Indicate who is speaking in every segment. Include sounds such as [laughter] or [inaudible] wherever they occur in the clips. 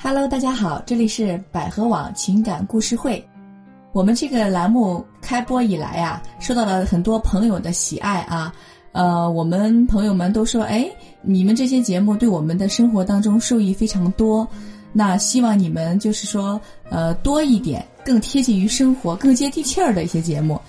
Speaker 1: Hello，大家好，这里是百合网情感故事会。我们这个栏目开播以来啊，受到了很多朋友的喜爱啊。呃，我们朋友们都说，哎，你们这些节目对我们的生活当中受益非常多。那希望你们就是说，呃，多一点更贴近于生活、更接地气儿的一些节目。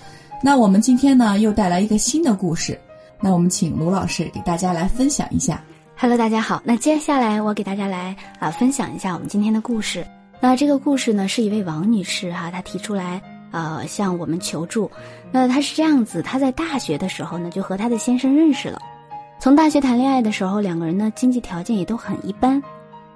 Speaker 1: 那我们今天呢，又带来一个新的故事。那我们请卢老师给大家来分享一下。
Speaker 2: Hello，大家好。那接下来我给大家来啊、分享一下我们今天的故事。那这个故事呢，是一位王女士哈、她提出来呃向我们求助。那她是这样子，她在大学的时候呢，就和她的先生认识了。从大学谈恋爱的时候，两个人呢经济条件也都很一般，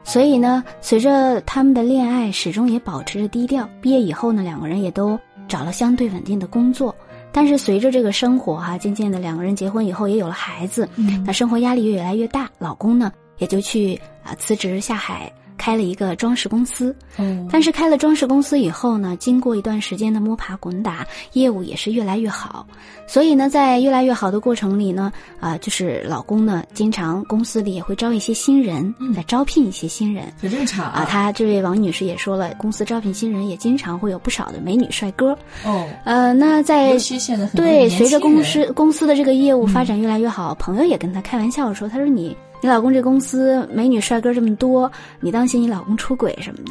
Speaker 2: 所以呢，随着他们的恋爱始终也保持着低调。毕业以后呢，两个人也都找了相对稳定的工作。但是随着这个生活哈、渐渐的两个人结婚以后也有了孩子，
Speaker 1: 嗯
Speaker 2: 那生活压力越来越大，老公呢也就去啊、辞职下海，开了一个装饰公司。
Speaker 1: 哦
Speaker 2: 但是开了装饰公司以后呢，经过一段时间的摸爬滚打，业务也是越来越好。所以呢，在越来越好的过程里呢，啊、就是老公呢，经常公司里也会招一些新人
Speaker 1: 嗯，
Speaker 2: 来招聘一些新人。
Speaker 1: 很正常
Speaker 2: 啊，她这位王女士也说了，公司招聘新人也经常会有不少的美女帅哥。
Speaker 1: 哦，
Speaker 2: 呃，那在
Speaker 1: 尤其现在很多
Speaker 2: 对，
Speaker 1: 年
Speaker 2: 随着
Speaker 1: 轻
Speaker 2: 公
Speaker 1: 人嗯
Speaker 2: 司公司的这个业务发展越来越好，朋友也跟他开玩笑说：“他说你你老公这公司美女帅哥这么多，你当心你老公出轨什么的。”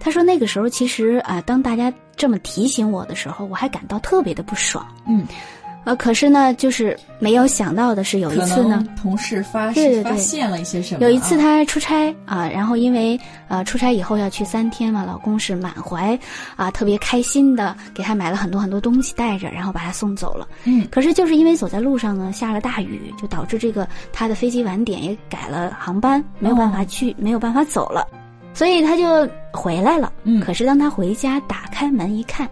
Speaker 2: 他说那个时候其实啊、当大家这么提醒我的时候，我还感到特别的不爽。
Speaker 1: 嗯，
Speaker 2: 呃，可是呢，就是没有想到的是，有一
Speaker 1: 可
Speaker 2: 次呢，
Speaker 1: 能同事发
Speaker 2: 对对对
Speaker 1: 发现了一些什么啊、
Speaker 2: 有一次她出差啊、然后因为呃出差以后要去三天嘛，老公是满怀啊、特别开心的给她买了很多很多东西带着，然后把她送走了。
Speaker 1: 嗯
Speaker 2: 可是就是因为走在路上呢，下了大雨，就导致这个她的飞机晚点也改了航班，没有办法去，没有办法走了，所以她就回来了。
Speaker 1: 嗯，
Speaker 2: 可是当她回家打开门一看，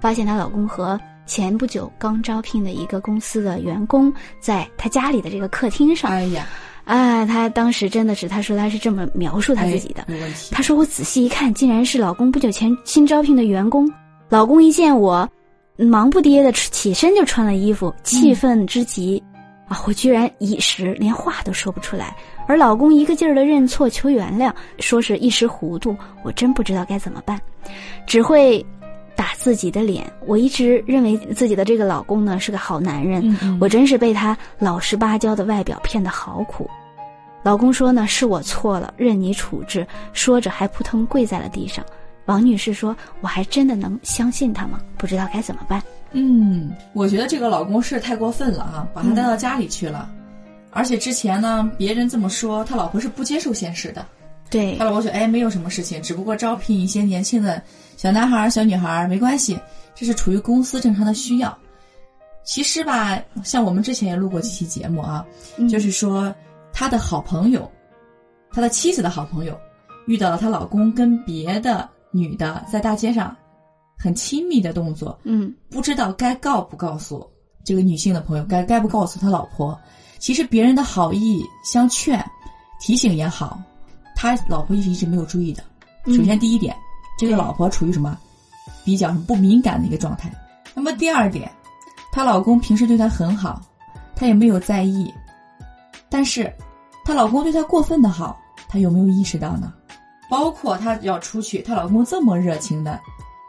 Speaker 2: 发现她老公和前不久刚招聘的一个公司的员工在她家里的这个客厅上。
Speaker 1: 哎呀，
Speaker 2: 啊，她当时真的是，她说她是这么描述她自己的。
Speaker 1: 哎有问题，
Speaker 2: 她说我仔细一看，竟然是老公不久前新招聘的员工。老公一见我，嗯忙不迭的起身就穿了衣服，气愤之极。啊！我居然一时连话都说不出来，而老公一个劲儿的认错求原谅，说是一时糊涂，我真不知道该怎么办，只会打自己的脸。我一直认为自己的这个老公呢是个好男人，
Speaker 1: 嗯嗯
Speaker 2: 我真是被他老实巴交的外表骗得好苦。老公说呢，是我错了，任你处置。说着还扑腾跪在了地上。王女士说：“我还真的能相信他吗？不知道该怎么办。
Speaker 1: 嗯，我觉得这个老公是太过分了啊，把她带到家里去了。
Speaker 2: 嗯
Speaker 1: 而且之前呢，别人这么说，他老婆是不接受现实的。
Speaker 2: 对”
Speaker 1: 他老婆说：“哎，没有什么事情，只不过招聘一些年轻的小男孩儿、小女孩儿，没关系，这是处于公司正常的需要。”其实吧，像我们之前也录过几期节目啊，
Speaker 2: 嗯
Speaker 1: 就是说她的好朋友，她的妻子的好朋友，遇到了她老公跟别的女的在大街上很亲密的动作，
Speaker 2: 嗯
Speaker 1: 不知道该告不告诉这个女性的朋友，该该不告诉她老婆。其实别人的好意相劝、提醒也好，他老婆一直一直没有注意的。
Speaker 2: 嗯
Speaker 1: 首先第一点，这个
Speaker 2: 对
Speaker 1: 老婆处于什么比较不敏感的一个状态。那么第二点，她老公平时对她很好，她也没有在意，但是她老公对她过分的好，她有没有意识到呢？包括她要出去，她老公这么热情的，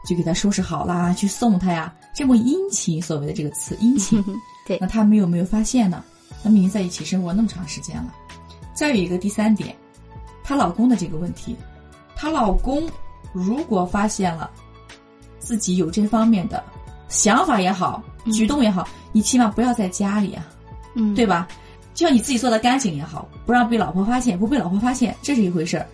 Speaker 1: 就给她收拾好啦，去送她呀，这么殷勤，所谓的这个词殷勤，
Speaker 2: [laughs] 对
Speaker 1: 那他们有没有发现呢？他们已经在一起生活那么长时间了。再有一个第三点，她老公的这个问题，她老公如果发现了自己有这方面的想法也好，
Speaker 2: 嗯
Speaker 1: 举动也好，你起码不要在家里啊，
Speaker 2: 嗯
Speaker 1: 对吧？就像你自己做的干净也好，不让被老婆发现，不被老婆发现，这是一回事儿。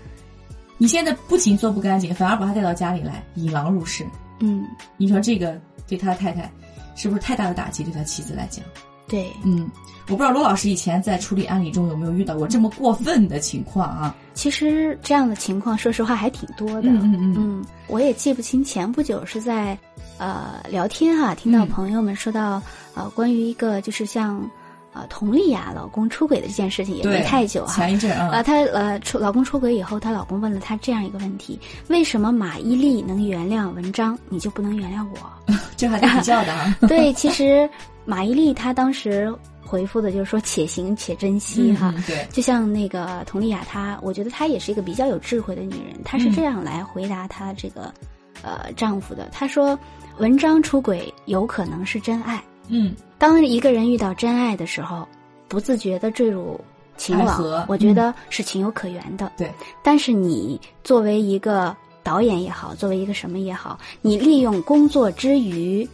Speaker 1: 你现在不仅做不干净，反而把她带到家里来，引狼入室，
Speaker 2: 嗯
Speaker 1: 你说这个对他太太是不是太大的打击？对他妻子来讲？
Speaker 2: 对
Speaker 1: 嗯，我不知道罗老师以前在处理案例中有没有遇到过这么过分的情况啊？
Speaker 2: 其实这样的情况，说实话还挺多的。
Speaker 1: 嗯嗯
Speaker 2: 嗯，我也记不清前不久是在呃聊天哈、听到
Speaker 1: 嗯
Speaker 2: 朋友们说到、呃关于一个就是像呃佟丽娅老公出轨的这件事情，也
Speaker 1: 对，
Speaker 2: 没太久哈、
Speaker 1: 前一阵
Speaker 2: 啊，
Speaker 1: 啊，
Speaker 2: 她呃出老公出轨以后，她老公问了她这样一个问题：为什么马伊琍能原谅文章，你就
Speaker 1: [laughs]
Speaker 2: 不能原谅我？ [laughs]
Speaker 1: 这还得比较的啊。
Speaker 2: 对，其实马伊琍她当时回复的就是说且行且珍惜
Speaker 1: 嗯
Speaker 2: 哈。
Speaker 1: 对，
Speaker 2: 就像那个佟丽娅，她我觉得她也是一个比较有智慧的女人，她
Speaker 1: 嗯
Speaker 2: 是这样来回答她这个、呃丈夫的。她说：“文章出轨有可能是真爱。
Speaker 1: 嗯
Speaker 2: 当一个人遇到真爱的时候，不自觉的坠入情
Speaker 1: 爱
Speaker 2: 网
Speaker 1: 河，嗯
Speaker 2: 我觉得是情有可原的。
Speaker 1: 对，
Speaker 2: 但是你作为一个导演也好，作为一个什么也好，你利用工作之余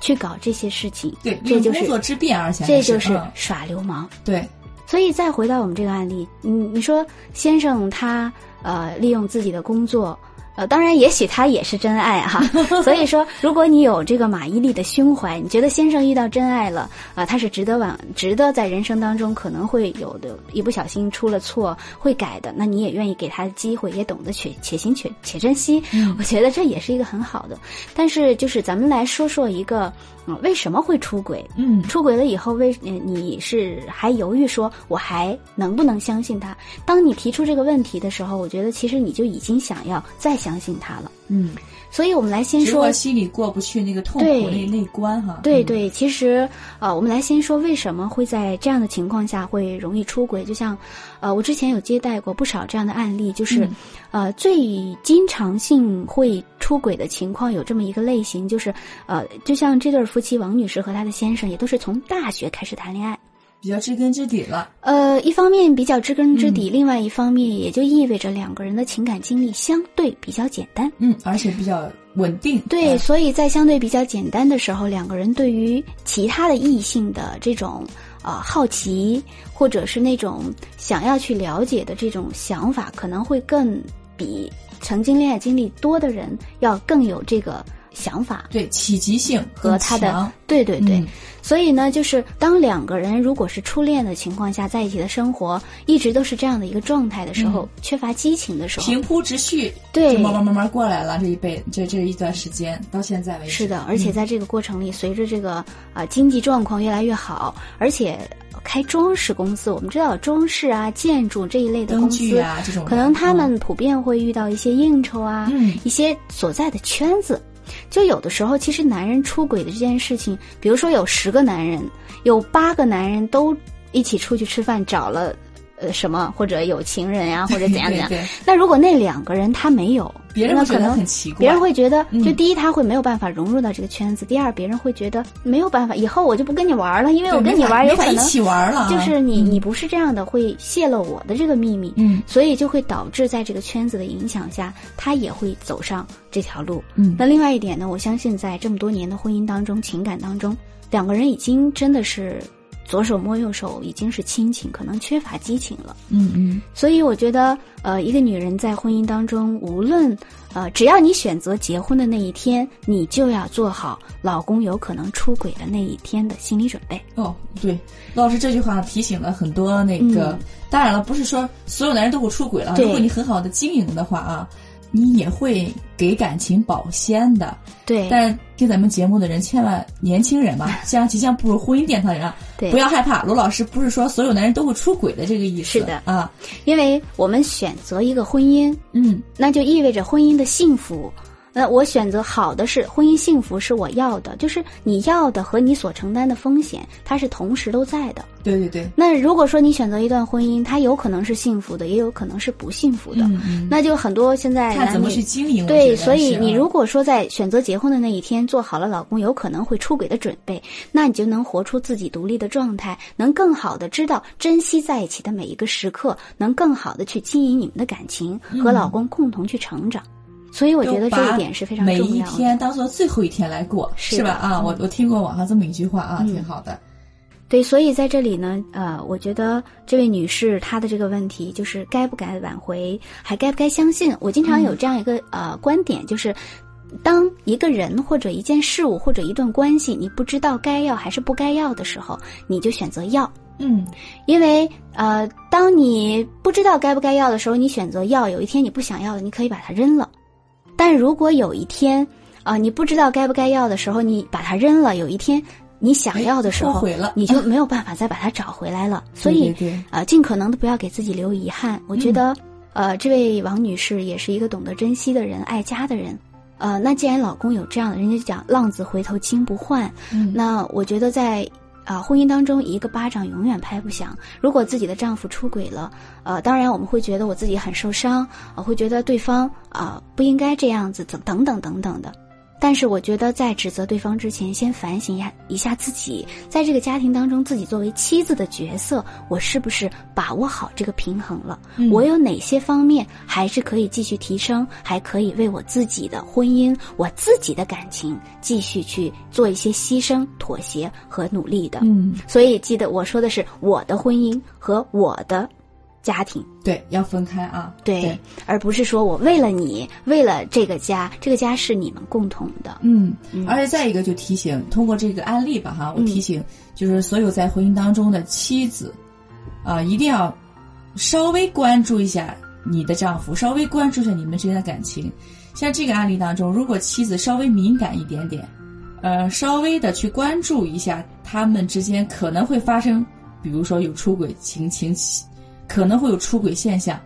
Speaker 2: 去搞这些事情，
Speaker 1: 对，
Speaker 2: 这就是
Speaker 1: 工作之便，而且还
Speaker 2: 这就是
Speaker 1: 嗯
Speaker 2: 耍流氓。
Speaker 1: 对，
Speaker 2: 所以再回到我们这个案例，你你说先生他呃利用自己的工作，呃当然也许他也是真爱哈、所以说，如果你有这个马伊琍的胸怀，你觉得先生遇到真爱了啊、呃他是值得往值得在人生当中可能会有的一不小心出了错会改的，那你也愿意给他机会，也懂得且且行且且珍惜，
Speaker 1: 嗯
Speaker 2: 我觉得这也是一个很好的。但是就是咱们来说说一个，嗯，为什么会出轨？
Speaker 1: 嗯
Speaker 2: 出轨了以后，为呃你是还犹豫说我还能不能相信他？当你提出这个问题的时候，我觉得其实你就已经想要再相信他了。
Speaker 1: 嗯，
Speaker 2: 所以我们来先
Speaker 1: 只不
Speaker 2: 说
Speaker 1: 过，心里过不去那个痛苦
Speaker 2: 对
Speaker 1: 那那一关哈，
Speaker 2: 对
Speaker 1: 嗯，
Speaker 2: 对，其实呃，我们来先说为什么会在这样的情况下会容易出轨。就像呃，我之前有接待过不少这样的案例，就是、
Speaker 1: 嗯
Speaker 2: 呃，最经常性会出轨的情况有这么一个类型，就是呃，就像这对夫妻王女士和她的先生，也都是从大学开始谈恋爱。
Speaker 1: 比较知根知底了，
Speaker 2: 呃，一方面比较知根知底，另外一方面也就意味着两个人的情感经历相对比较简单。
Speaker 1: 嗯，而且比较稳定，
Speaker 2: 对，
Speaker 1: 嗯
Speaker 2: 所以在相对比较简单的时候，两个人对于其他的异性的这种呃好奇，或者是那种想要去了解的这种想法，可能会更比曾经恋爱经历多的人要更有这个想法。
Speaker 1: 对，企及性
Speaker 2: 和他的
Speaker 1: 更强
Speaker 2: 对对对，
Speaker 1: 嗯
Speaker 2: 所以呢，就是当两个人如果是初恋的情况下在一起的生活，一直都是这样的一个状态的时
Speaker 1: 嗯
Speaker 2: 候，缺乏激情的时候，
Speaker 1: 平铺直叙，
Speaker 2: 对
Speaker 1: 就，慢慢慢慢过来了。这一辈这这一段时间到现在为止，
Speaker 2: 是的，而且在这个过程里，随着这个啊、呃经济状况越来越好，而且开装饰公司，我们知道装饰啊、建筑这一类的
Speaker 1: 灯
Speaker 2: 公司，
Speaker 1: 具啊这种的，
Speaker 2: 可能他们普遍会遇到一些应酬啊，
Speaker 1: 嗯
Speaker 2: 一些所在的圈子。就有的时候，其实男人出轨的这件事情，比如说有十个男人，有八个男人都一起出去吃饭，找了呃什么，或者有情人呀、 [laughs] 或者怎样怎
Speaker 1: 对
Speaker 2: 样。
Speaker 1: 对，
Speaker 2: 那如果那两个人他没有，
Speaker 1: 别人
Speaker 2: 那
Speaker 1: 会
Speaker 2: 可
Speaker 1: 觉
Speaker 2: 能
Speaker 1: 得很奇怪，
Speaker 2: 别人会觉得，就
Speaker 1: 嗯
Speaker 2: 第一他会没有办法融入到这个圈子，第二别人会觉得没有办法，以后我就不跟你玩了，因为
Speaker 1: 对
Speaker 2: 我跟你
Speaker 1: 没法
Speaker 2: 玩有
Speaker 1: 没法
Speaker 2: 可
Speaker 1: 一
Speaker 2: 能
Speaker 1: 起玩了啊，
Speaker 2: 就是你
Speaker 1: 嗯
Speaker 2: 你不是这样的，会泄露我的这个秘密，
Speaker 1: 嗯
Speaker 2: 所以就会导致在这个圈子的影响下，他也会走上这条路。
Speaker 1: 嗯
Speaker 2: 那另外一点呢，我相信在这么多年的婚姻当中，情感当中，两个人已经真的是左手摸右手，已经是亲情，可能缺乏激情了。
Speaker 1: 嗯嗯，
Speaker 2: 所以我觉得，呃，一个女人在婚姻当中，无论呃，只要你选择结婚的那一天，你就要做好老公有可能出轨的那一天的心理准备。
Speaker 1: 哦，对，老师这句话提醒了很多那个，
Speaker 2: 嗯
Speaker 1: 当然了，不是说所有男人都会出轨了，
Speaker 2: 对
Speaker 1: 如果你很好的经营的话啊，你也会给感情保鲜的。
Speaker 2: 对
Speaker 1: 但是听咱们节目的人，千万年轻人
Speaker 2: [laughs]
Speaker 1: 嘛，像即将步入婚姻殿堂的人啊，
Speaker 2: 对
Speaker 1: 不，要害怕。罗老师不是说所有男人都会出轨的这个意思，
Speaker 2: 是的
Speaker 1: 啊，
Speaker 2: 因为我们选择一个婚姻，
Speaker 1: 嗯，
Speaker 2: 那就意味着婚姻的幸福。那我选择好的是婚姻幸福是我要的，就是你要的和你所承担的风险，它是同时都在的。
Speaker 1: 对对对，
Speaker 2: 那如果说你选择一段婚姻，它有可能是幸福的，也有可能是不幸福的。
Speaker 1: 嗯嗯，
Speaker 2: 那就很多现在
Speaker 1: 看
Speaker 2: 男
Speaker 1: 怎么
Speaker 2: 女
Speaker 1: 去经营。我觉
Speaker 2: 对，
Speaker 1: 得
Speaker 2: 所以
Speaker 1: 是啊
Speaker 2: 你如果说在选择结婚的那一天做好了老公有可能会出轨的准备，那你就能活出自己独立的状态，能更好的知道珍惜在一起的每一个时刻，能更好的去经营你们的感情，
Speaker 1: 嗯
Speaker 2: 和老公共同去成长。所以我觉得这一点是非常
Speaker 1: 每
Speaker 2: 重
Speaker 1: 一
Speaker 2: 要的。
Speaker 1: 天当做最后一天来过，
Speaker 2: 是
Speaker 1: 是吧？
Speaker 2: 的嗯
Speaker 1: 啊，我我听过网上这么一句话啊，挺好的。
Speaker 2: 对，所以在这里呢，呃，我觉得这位女士她的这个问题就是该不该挽回，还该不该相信。我经
Speaker 1: 嗯
Speaker 2: 常有这样一个、呃观点，就是当一个人或者一件事物或者一段关系，你不知道该要还是不该要的时候，你就选择要，
Speaker 1: 嗯，
Speaker 2: 因为呃，当你不知道该不该要的时候，你选择要，有一天你不想要了，你可以把它扔了。但如果有一天啊、呃你不知道该不该要的时候，你把它扔了，有一天你想要的时
Speaker 1: 哎后
Speaker 2: 候，
Speaker 1: 悔了，嗯
Speaker 2: 你就没有办法再把它找回来了。所以，
Speaker 1: 对对嗯对
Speaker 2: 呃，尽可能的不要给自己留遗憾。我觉得，呃，这位王女士也是一个懂得珍惜的人、爱家的人。呃，那既然老公有这样的，人家就讲浪子回头金不换。
Speaker 1: 嗯
Speaker 2: 那我觉得在啊、婚姻当中一个巴掌永远拍不响。如果自己的丈夫出轨了，呃，当然我们会觉得我自己很受伤，呃、会觉得对方啊、呃不应该这样子，等等等等等的。但是我觉得，在指责对方之前，先反省一下一下自己，在这个家庭当中，自己作为妻子的角色，我是不是把握好这个平衡了？
Speaker 1: 嗯
Speaker 2: 我有哪些方面还是可以继续提升，还可以为我自己的婚姻、我自己的感情继续去做一些牺牲、妥协和努力的。
Speaker 1: 嗯，
Speaker 2: 所以记得我说的是我的婚姻和我的家庭，
Speaker 1: 对，要分开啊。
Speaker 2: 对，
Speaker 1: 对
Speaker 2: 而不是说我为了你，为了这个家，这个家是你们共同的。
Speaker 1: 嗯，
Speaker 2: 嗯
Speaker 1: 而且再一个就提醒，通过这个案例吧，哈，我
Speaker 2: 嗯
Speaker 1: 提醒、就是所有在婚姻当中的妻子，啊、一定要稍微关注一下你的丈夫，稍微关注一下你们之间的感情。像这个案例当中，如果妻子稍微敏感一点点，呃，稍微的去关注一下他们之间可能会发生，比如说有出轨情情，可能会有出轨现象，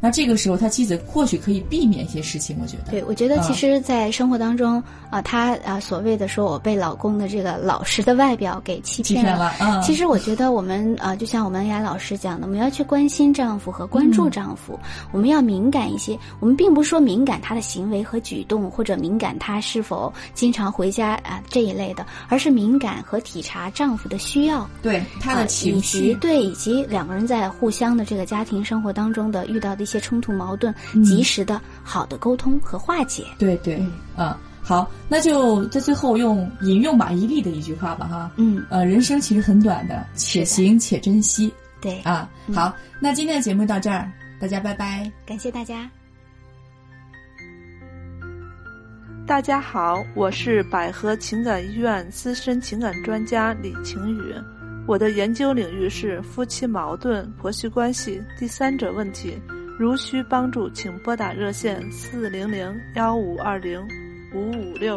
Speaker 1: 那这个时候他妻子或许可以避免一些事情，我觉得。
Speaker 2: 对，我觉得
Speaker 1: 啊
Speaker 2: 其实，在生活当中啊，她啊所谓的说我被老公的这个老实的外表给欺
Speaker 1: 欺
Speaker 2: 骗
Speaker 1: 骗
Speaker 2: 了，
Speaker 1: 了，嗯，
Speaker 2: 其实我觉得我们呃，就像我们雅老师讲的，我们要去关心丈夫和关注丈夫，
Speaker 1: 嗯
Speaker 2: 我们要敏感一些。我们并不是说敏感他的行为和举动，或者敏感他是否经常回家啊、这一类的，而是敏感和体察丈夫的需要，
Speaker 1: 对他的
Speaker 2: 啊
Speaker 1: 情
Speaker 2: 以
Speaker 1: 绪
Speaker 2: 及，对以及两个人在互相的这个家庭生活当中的遇到的一些冲突矛盾，
Speaker 1: 嗯
Speaker 2: 及时的好的沟通和化解。
Speaker 1: 对对，
Speaker 2: 嗯
Speaker 1: 啊，好，那就在最后用引用马伊琍的一句话吧，哈，
Speaker 2: 嗯，
Speaker 1: 呃，人生其实很短的，且行且珍惜
Speaker 2: 对，
Speaker 1: 啊。好，那今天的节目到这儿，大家拜拜。
Speaker 2: 感谢大家。
Speaker 3: 大家好，我是百合情感医院资深情感专家李晴雨。我的研究领域是夫妻矛盾、婆媳关系、第三者问题。如需帮助，请拨打热线四零零幺五二零五五六。